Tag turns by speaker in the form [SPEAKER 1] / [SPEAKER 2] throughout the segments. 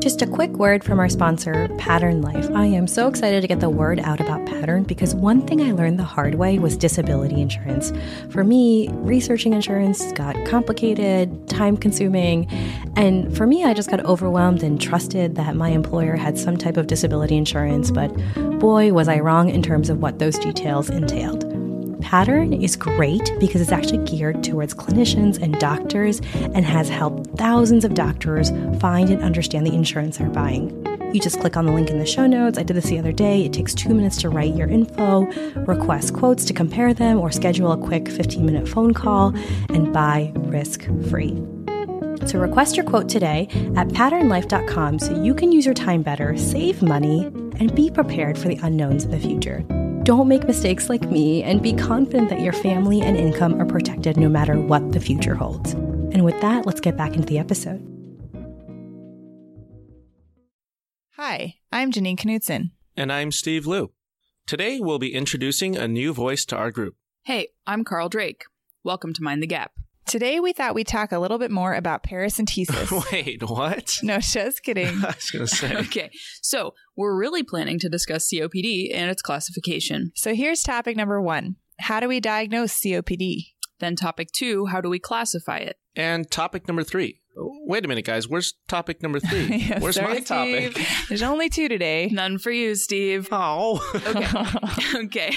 [SPEAKER 1] Just a quick word from our sponsor, Pattern Life. I am so excited to get the word out about Pattern because one thing I learned the hard way was disability insurance. For me, researching insurance got complicated, time consuming, and for me, I just got overwhelmed and trusted that my employer had some type of disability insurance, but boy, was I wrong in terms of what those details entailed pattern is great because it's actually geared towards clinicians and doctors and has helped thousands of doctors find and understand the insurance they're buying. You just click on the link in the show notes. I did this the other day. It takes two minutes to write your info, request quotes to compare them, or schedule a quick 15 minute phone call and buy risk free. So request your quote today at patternlife.com so you can use your time better, save money, and be prepared for the unknowns in the future. Don't make mistakes like me and be confident that your family and income are protected no matter what the future holds. And with that, let's get back into the episode.
[SPEAKER 2] Hi, I'm Janine Knutson.
[SPEAKER 3] And I'm Steve Liu. Today, we'll be introducing a new voice to our group.
[SPEAKER 4] Hey, I'm Carl Drake. Welcome to Mind the Gap.
[SPEAKER 2] Today, we thought we'd talk a little bit more about paracentesis.
[SPEAKER 3] Wait, what?
[SPEAKER 2] no, just kidding.
[SPEAKER 3] I was going to say.
[SPEAKER 4] Okay, so we're really planning to discuss COPD and its classification.
[SPEAKER 2] So here's topic number one How do we diagnose COPD?
[SPEAKER 4] Then, topic two how do we classify it?
[SPEAKER 3] And topic number three. Wait a minute, guys. Where's topic number three?
[SPEAKER 2] Yeah,
[SPEAKER 3] Where's
[SPEAKER 2] sorry,
[SPEAKER 3] my topic?
[SPEAKER 2] Steve. There's only two today.
[SPEAKER 4] None for you, Steve.
[SPEAKER 3] Oh.
[SPEAKER 4] okay.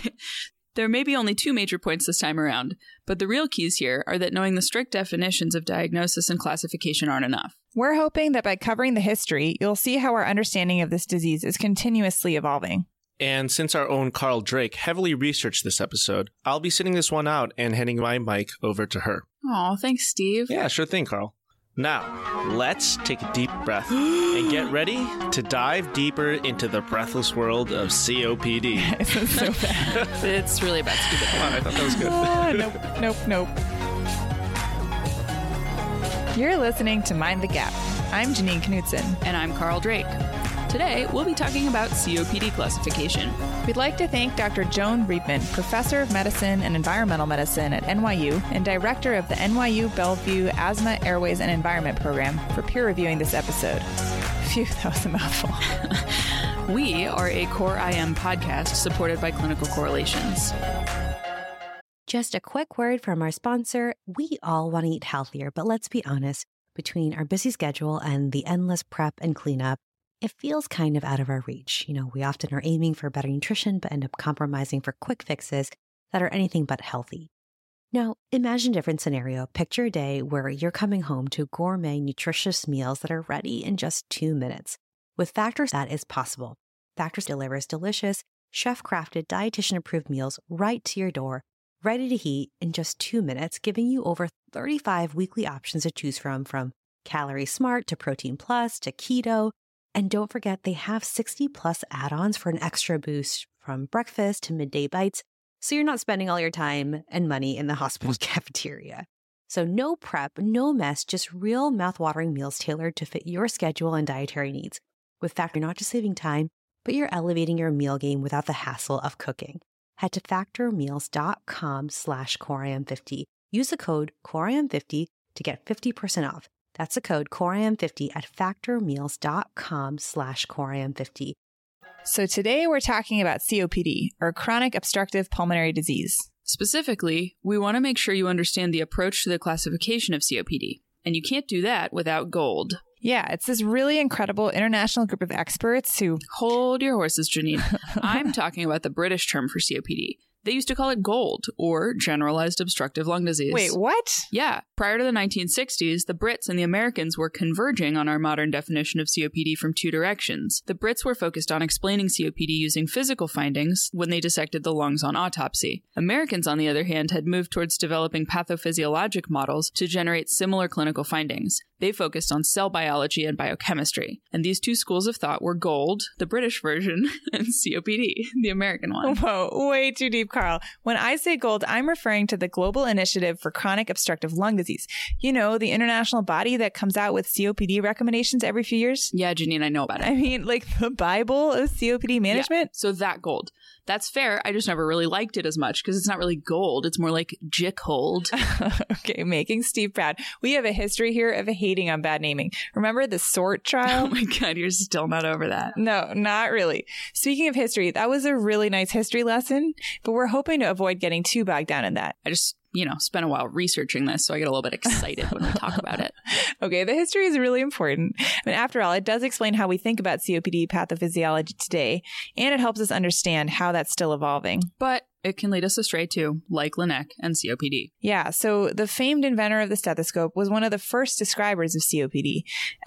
[SPEAKER 4] There may be only two major points this time around, but the real keys here are that knowing the strict definitions of diagnosis and classification aren't enough.
[SPEAKER 2] We're hoping that by covering the history, you'll see how our understanding of this disease is continuously evolving.
[SPEAKER 3] And since our own Carl Drake heavily researched this episode, I'll be sitting this one out and handing my mic over to her.
[SPEAKER 4] Aw, thanks, Steve.
[SPEAKER 3] Yeah, sure thing, Carl. Now, let's take a deep breath and get ready to dive deeper into the breathless world of COPD.
[SPEAKER 2] This is so bad.
[SPEAKER 4] It's really bad, Steve.
[SPEAKER 3] Come on, I thought that was good.
[SPEAKER 2] Ah, nope, nope, nope. You're listening to Mind the Gap. I'm Janine Knutson.
[SPEAKER 4] And I'm Carl Drake. Today, we'll be talking about COPD classification.
[SPEAKER 2] We'd like to thank Dr. Joan Reedman, professor of medicine and environmental medicine at NYU and director of the NYU Bellevue Asthma, Airways, and Environment Program, for peer reviewing this episode. Phew, that was a mouthful.
[SPEAKER 4] We are a Core IM podcast supported by Clinical Correlations.
[SPEAKER 1] Just a quick word from our sponsor. We all want to eat healthier, but let's be honest, between our busy schedule and the endless prep and cleanup, it feels kind of out of our reach. You know, we often are aiming for better nutrition, but end up compromising for quick fixes that are anything but healthy. Now, imagine a different scenario. Picture a day where you're coming home to gourmet, nutritious meals that are ready in just two minutes. With Factors, that is possible. Factors delivers delicious, chef crafted, dietitian approved meals right to your door ready to heat in just two minutes, giving you over 35 weekly options to choose from, from Calorie Smart to Protein Plus to Keto. And don't forget, they have 60 plus add ons for an extra boost from breakfast to midday bites, so you're not spending all your time and money in the hospital cafeteria. So, no prep, no mess, just real mouthwatering meals tailored to fit your schedule and dietary needs. With Factor, you're not just saving time, but you're elevating your meal game without the hassle of cooking head to factormeals.com slash coriam50 use the code coriam50 to get 50% off that's the code coriam50 at factormeals.com slash coriam50
[SPEAKER 2] So today we're talking about COPD, or chronic obstructive pulmonary disease.
[SPEAKER 4] Specifically, we want to make sure you understand the approach to the classification of COPD, and you can't do that without gold.
[SPEAKER 2] Yeah, it's this really incredible international group of experts who,
[SPEAKER 4] Hold your horses, Janine. I'm talking about the British term for COPD. They used to call it GOLD, or generalized obstructive lung disease.
[SPEAKER 2] wait, what?
[SPEAKER 4] Yeah, prior to the 1960s, the Brits and the Americans were converging on our modern definition of COPD from two directions. The Brits were focused on explaining COPD using physical findings when they dissected the lungs on autopsy. Americans, on the other hand, had moved towards developing pathophysiologic models to generate similar clinical findings. They focused on cell biology and biochemistry. And these two schools of thought were GOLD, the British version, and COPD, the American
[SPEAKER 2] Oh
[SPEAKER 4] one.
[SPEAKER 2] Whoa, way too deep, Carl. When I say gold, I'm referring to the Global Initiative for Chronic Obstructive Lung Disease. You know, the international body that comes out with COPD recommendations every few years.
[SPEAKER 4] Yeah, Janine, I know about it.
[SPEAKER 2] I mean, like the Bible of COPD
[SPEAKER 4] Yeah,
[SPEAKER 2] management.
[SPEAKER 4] So that gold. That's fair. I just never really liked it as much because it's not really gold. It's more like jickhold.
[SPEAKER 2] okay, making Steve proud. We have a history here of hating on bad naming. Remember the sort
[SPEAKER 4] oh
[SPEAKER 2] trial?
[SPEAKER 4] my god, you're still not over that.
[SPEAKER 2] No, not really. Speaking of history, that was a really nice history lesson, but we're hoping to avoid getting too bogged down in that.
[SPEAKER 4] I just, you know, spent a while researching this, so I get a little bit excited when we talk about it.
[SPEAKER 2] Okay, the history is really important. I mean, after all, it does explain how we think about COPD pathophysiology today, and it helps us understand how that's still evolving.
[SPEAKER 4] But it can lead us astray too, like Linec and COPD.
[SPEAKER 2] Yeah, so the famed inventor of the stethoscope was one of the first describers of COPD,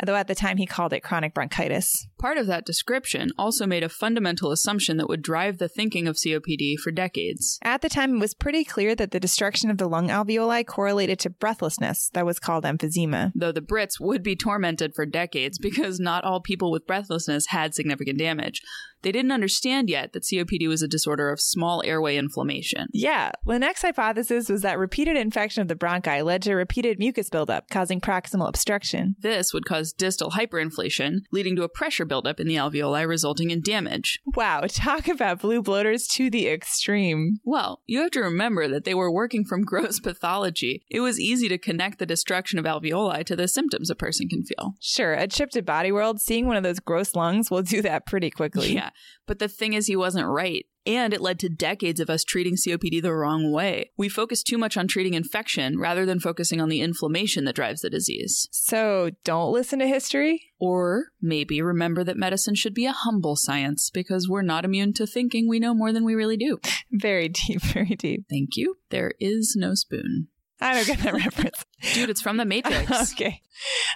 [SPEAKER 2] though at the time he called it chronic bronchitis.
[SPEAKER 4] Part of that description also made a fundamental assumption that would drive the thinking of COPD for decades.
[SPEAKER 2] At the time, it was pretty clear that the destruction of the lung alveoli correlated to breathlessness, that was called emphysema.
[SPEAKER 4] Though the Brits would be tormented for decades because not all people with breathlessness had significant damage. They didn't understand yet that COPD was a disorder of small airway inflammation.
[SPEAKER 2] Yeah, Linnec's hypothesis was that repeated infection of the bronchi led to repeated mucus buildup, causing proximal obstruction.
[SPEAKER 4] This would cause distal hyperinflation, leading to a pressure buildup in the alveoli, resulting in damage.
[SPEAKER 2] Wow, talk about blue bloaters to the extreme.
[SPEAKER 4] Well, you have to remember that they were working from gross pathology. It was easy to connect the destruction of alveoli to the symptoms a person can feel.
[SPEAKER 2] Sure, a trip to Body World, seeing one of those gross lungs will do that pretty quickly.
[SPEAKER 4] Yeah, but the thing is, he wasn't right. And it led to decades of us treating COPD the wrong way. We focused too much on treating infection rather than focusing on the inflammation that drives the disease.
[SPEAKER 2] So don't listen to history?
[SPEAKER 4] Or maybe remember that medicine should be a humble science because we're not immune to thinking we know more than we really do.
[SPEAKER 2] Very deep, very deep.
[SPEAKER 4] Thank you. There is no spoon.
[SPEAKER 2] I don't get that reference.
[SPEAKER 4] Dude, it's from The Matrix.
[SPEAKER 2] okay.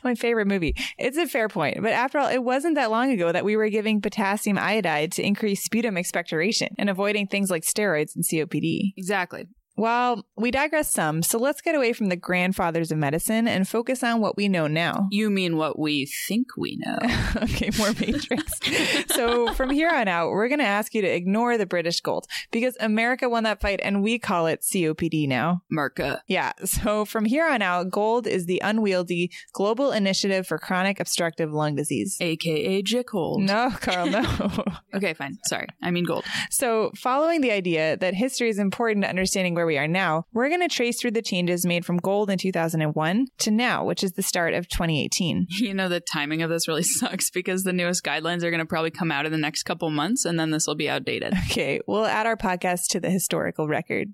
[SPEAKER 2] My favorite movie. It's a fair point. But after all, it wasn't that long ago that we were giving potassium iodide to increase sputum expectoration and avoiding things like steroids and COPD.
[SPEAKER 4] Exactly.
[SPEAKER 2] Well, we digress some, so let's get away from the grandfathers of medicine and focus on what we know now.
[SPEAKER 4] You mean what we think we know.
[SPEAKER 2] okay, more Matrix. so from here on out, we're going to ask you to ignore the British gold because America won that fight and we call it COPD now.
[SPEAKER 4] Merca.
[SPEAKER 2] Yeah, so from here on out, GOLD is the unwieldy global initiative for chronic obstructive lung disease.
[SPEAKER 4] aka Jickhold.
[SPEAKER 2] No, Carl, no.
[SPEAKER 4] Okay, fine. Sorry. I mean gold.
[SPEAKER 2] so, following the idea that history is important to understanding where we are now, we're going to trace through the changes made from gold in 2001 to now, which is the start of 2018.
[SPEAKER 4] You know the timing of this really sucks because the newest guidelines are going to probably come out in the next couple months and then this will be outdated.
[SPEAKER 2] Okay, we'll add our podcast to the historical record.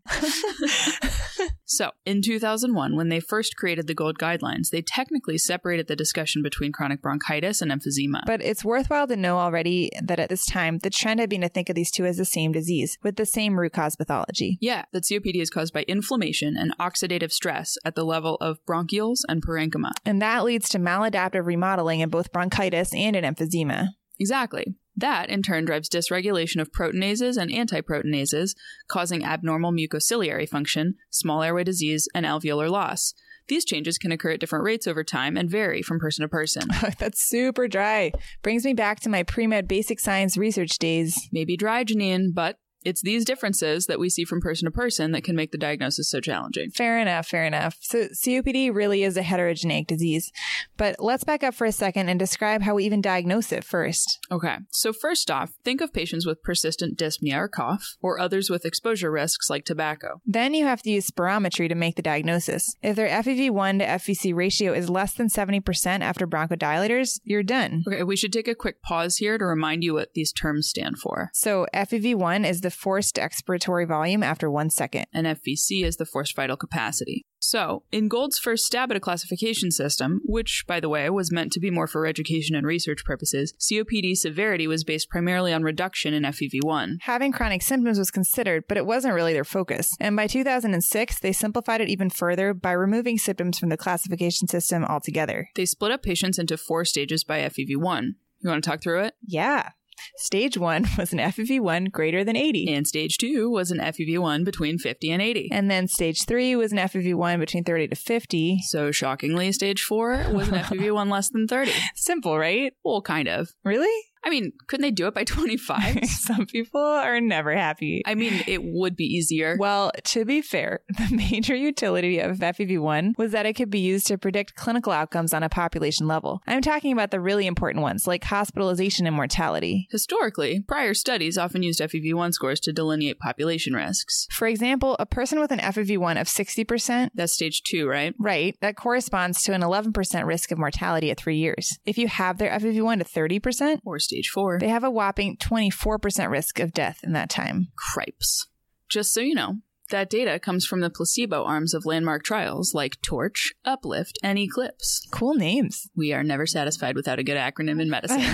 [SPEAKER 4] So, in 2001 when they first created the gold guidelines, they technically separated the discussion between chronic bronchitis and emphysema.
[SPEAKER 2] But it's worthwhile to know already that at this time, the trend had been to think of these two as the same disease with the same root cause pathology.
[SPEAKER 4] yeah, that COPD is caused by inflammation and oxidative stress at the level of bronchioles and parenchyma.
[SPEAKER 2] And that leads to maladaptive remodeling in both bronchitis and in emphysema.
[SPEAKER 4] Exactly. That, in turn, drives dysregulation of proteinases and antiproteinases, causing abnormal mucociliary function, small airway disease, and alveolar loss. These changes can occur at different rates over time and vary from person to person.
[SPEAKER 2] That's super dry. Brings me back to my pre med basic science research days.
[SPEAKER 4] Maybe dry, Janine, but it's these differences that we see from person to person that can make the diagnosis so challenging.
[SPEAKER 2] Fair enough, fair enough. So, COPD really is a heterogeneic disease. But let's back up for a second and describe how we even diagnose it first.
[SPEAKER 4] Okay, so first off, think of patients with persistent dyspnea or cough, or others with exposure risks like tobacco.
[SPEAKER 2] Then you have to use spirometry to make the diagnosis. If their FEV1 to FVC ratio is less than 70% after bronchodilators, you're done.
[SPEAKER 4] Okay, we should take a quick pause here to remind you what these terms stand for.
[SPEAKER 2] So FEV1 is the forced expiratory volume after one second.
[SPEAKER 4] and FVC is the forced vital capacity. So, in Gold's first stab at a classification system, which, by the way, was meant to be more for education and research purposes, COPD severity was based primarily on reduction in E FEV1.
[SPEAKER 2] Having chronic symptoms was considered, but it wasn't really their focus. And by 2006, they simplified it even further by removing symptoms from the classification system altogether.
[SPEAKER 4] They split up patients into four stages by FEV1. You want to talk through it?
[SPEAKER 2] Yeah. Stage one was an FEV1 greater than 80.
[SPEAKER 4] And stage two was an FEV1 between 50 and 80.
[SPEAKER 2] And then stage three was an FEV1 between 30 to 50.
[SPEAKER 4] So, shockingly, stage four was an FEV1 E less than 30.
[SPEAKER 2] Simple, right?
[SPEAKER 4] Well, kind of.
[SPEAKER 2] Really?
[SPEAKER 4] I mean, couldn't they do it by 25?
[SPEAKER 2] Some people are never happy.
[SPEAKER 4] I mean, it would be easier.
[SPEAKER 2] Well, to be fair, the major utility of FEV1 was that it could be used to predict clinical outcomes on a population level. I'm talking about the really important ones, like hospitalization and mortality.
[SPEAKER 4] Historically, prior studies often used FEV1 scores to delineate population risks.
[SPEAKER 2] For example, a person with an FEV1 of 60%,
[SPEAKER 4] That's stage two, right?
[SPEAKER 2] right, that corresponds to an 11% risk of mortality at three years. If you have their FEV1 to 30%,
[SPEAKER 4] Or stage four.
[SPEAKER 2] they have a whopping 24% risk of death in that time.
[SPEAKER 4] Cripes. Just so you know, that data comes from the placebo arms of landmark trials like Torch, Uplift, and Eclipse.
[SPEAKER 2] Cool names.
[SPEAKER 4] We are never satisfied without a good acronym in medicine.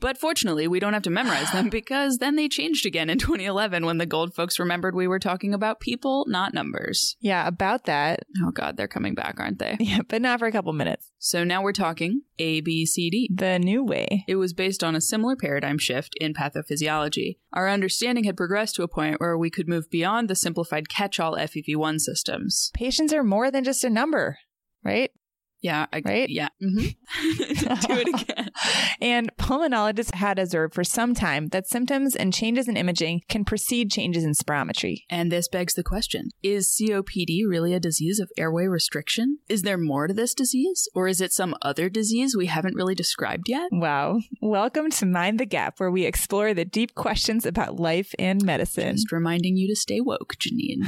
[SPEAKER 4] but fortunately, we don't have to memorize them because then they changed again in 2011 when the gold folks remembered we were talking about people, not numbers.
[SPEAKER 2] yeah, about that.
[SPEAKER 4] Oh, God, they're coming back, aren't they?
[SPEAKER 2] Yeah, but not for a couple minutes.
[SPEAKER 4] So now we're talking ABCD.
[SPEAKER 2] The new way.
[SPEAKER 4] It was based on a similar paradigm shift in pathophysiology. Our understanding had progressed to a point where we could move beyond the simplified catch all FEV1 systems.
[SPEAKER 2] Patients are more than just a number, right?
[SPEAKER 4] Yeah, I,
[SPEAKER 2] Right?
[SPEAKER 4] Yeah. hmm Do it again.
[SPEAKER 2] And pulmonologists had observed for some time that symptoms and changes in imaging can precede changes in spirometry.
[SPEAKER 4] And this begs the question Is COPD really a disease of airway restriction? Is there more to this disease? Or is it some other disease we haven't really described yet?
[SPEAKER 2] Wow. Welcome to Mind the Gap, where we explore the deep questions about life and medicine.
[SPEAKER 4] Just reminding you to stay woke, Janine.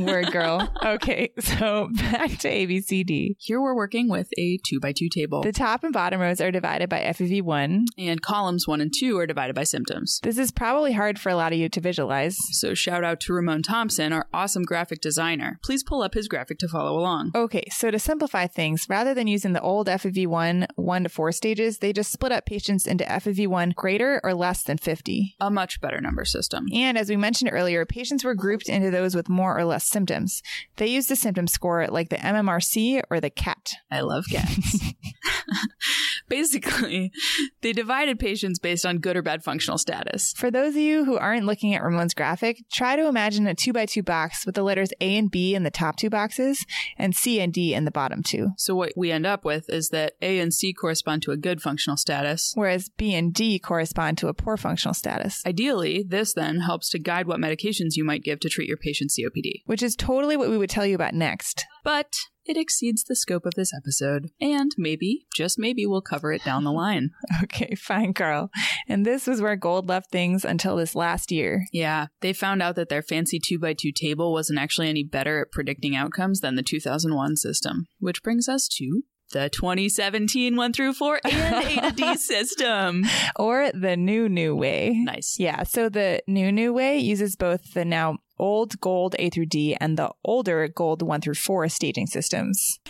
[SPEAKER 2] Word girl. Okay, so back to ABCD.
[SPEAKER 4] Here we're working with a 2 by 2 table,
[SPEAKER 2] The top and bottom rows are divided by E FEV1.
[SPEAKER 4] and columns 1 and 2 are divided by symptoms.
[SPEAKER 2] This is probably hard for a lot of you to visualize.
[SPEAKER 4] So shout out to Ramon Thompson, our awesome graphic designer. Please pull up his graphic to follow along.
[SPEAKER 2] Okay, so to simplify things, rather than using the old E FEV1 1 to 4 stages, they just split up patients into FEV1 greater or less than 50.
[SPEAKER 4] A much better number system.
[SPEAKER 2] And as we mentioned earlier, patients were grouped into those with more or less symptoms. They used a symptom score like the MMRC or the CAT.
[SPEAKER 4] I love cats. Basically, they divided patients based on good or bad functional status.
[SPEAKER 2] For those of you who aren't looking at Ramon's graphic, try to imagine a 2 by 2 box with the letters A and B in the top two boxes and C and D in the bottom two,
[SPEAKER 4] So what we end up with is that A and C correspond to a good functional status.
[SPEAKER 2] whereas B and D correspond to a poor functional status.
[SPEAKER 4] Ideally, this then helps to guide what medications you might give to treat your patient's COPD.
[SPEAKER 2] Which is totally what we would tell you about next.
[SPEAKER 4] But it exceeds the scope of this episode, and maybe, just maybe, we'll cover it down the line.
[SPEAKER 2] Okay, fine, Carl. And this was where Gold left things until this last year.
[SPEAKER 4] Yeah, they found out that their fancy 2x2 table wasn't actually any better at predicting outcomes than the 2001 system, which brings us to the 2017 1 through 4 and A to D system.
[SPEAKER 2] Or the new, new way.
[SPEAKER 4] Nice.
[SPEAKER 2] Yeah, so the new, new way uses both the now old gold A through D and the older gold 1 through 4 staging systems.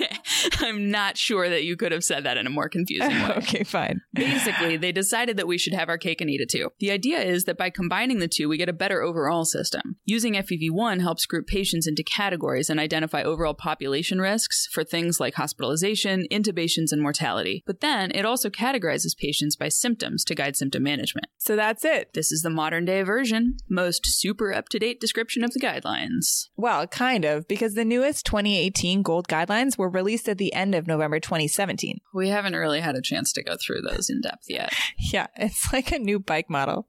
[SPEAKER 4] I'm not sure that you could have said that in a more confusing way.
[SPEAKER 2] okay, fine.
[SPEAKER 4] Basically, they decided that we should have our cake and eat it too. The idea is that by combining the two, we get a better overall system. Using FEV1 helps group patients into categories and identify overall population risks for things like hospitalization, intubations, and mortality. But then it also categorizes patients by symptoms to guide symptom management.
[SPEAKER 2] So that's it.
[SPEAKER 4] This is the modern day version, most super up to date description of the guidelines.
[SPEAKER 2] Well, kind of, because the newest 2018 gold guidelines were released at the end of November 2017.
[SPEAKER 4] We haven't really had a chance to go through those in depth yet.
[SPEAKER 2] Yeah, it's like a new bike model.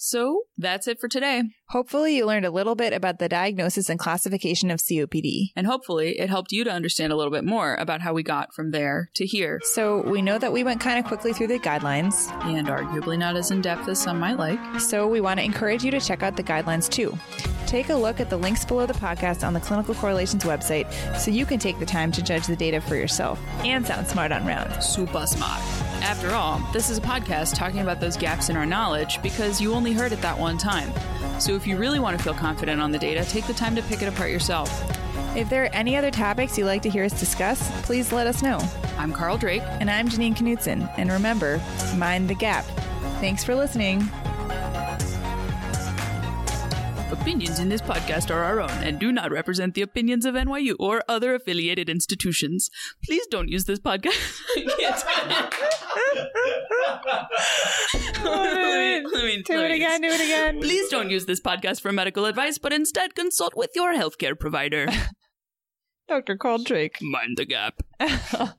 [SPEAKER 4] So that's it for today.
[SPEAKER 2] Hopefully, you learned a little bit about the diagnosis and classification of COPD.
[SPEAKER 4] And hopefully, it helped you to understand a little bit more about how we got from there to here,
[SPEAKER 2] So, we know that we went kind of quickly through the guidelines,
[SPEAKER 4] and arguably not as in depth as some might like.
[SPEAKER 2] so we want to encourage you to check out the guidelines too. Take a look at the links below the podcast on the Clinical Correlations website so you can take the time to judge the data for yourself and sound smart on round.
[SPEAKER 4] Super smart. After all, this is a podcast talking about those gaps in our knowledge because you only heard it that one time. So if you really want to feel confident on the data, take the time to pick it apart yourself.
[SPEAKER 2] If there are any other topics you'd like to hear us discuss, please let us know.
[SPEAKER 4] I'm Carl Drake.
[SPEAKER 2] And I'm Janine Knutson. And remember, mind the gap. Thanks for listening.
[SPEAKER 4] Opinions in this podcast are our own and do not represent the opinions of NYU or other affiliated institutions. Please don't use this podcast. I can't. let me, let me- let me-
[SPEAKER 2] do it again.
[SPEAKER 4] Please don't use this podcast for medical advice, but instead consult with your healthcare provider.
[SPEAKER 2] Dr. Coldrake.
[SPEAKER 4] Mind the gap.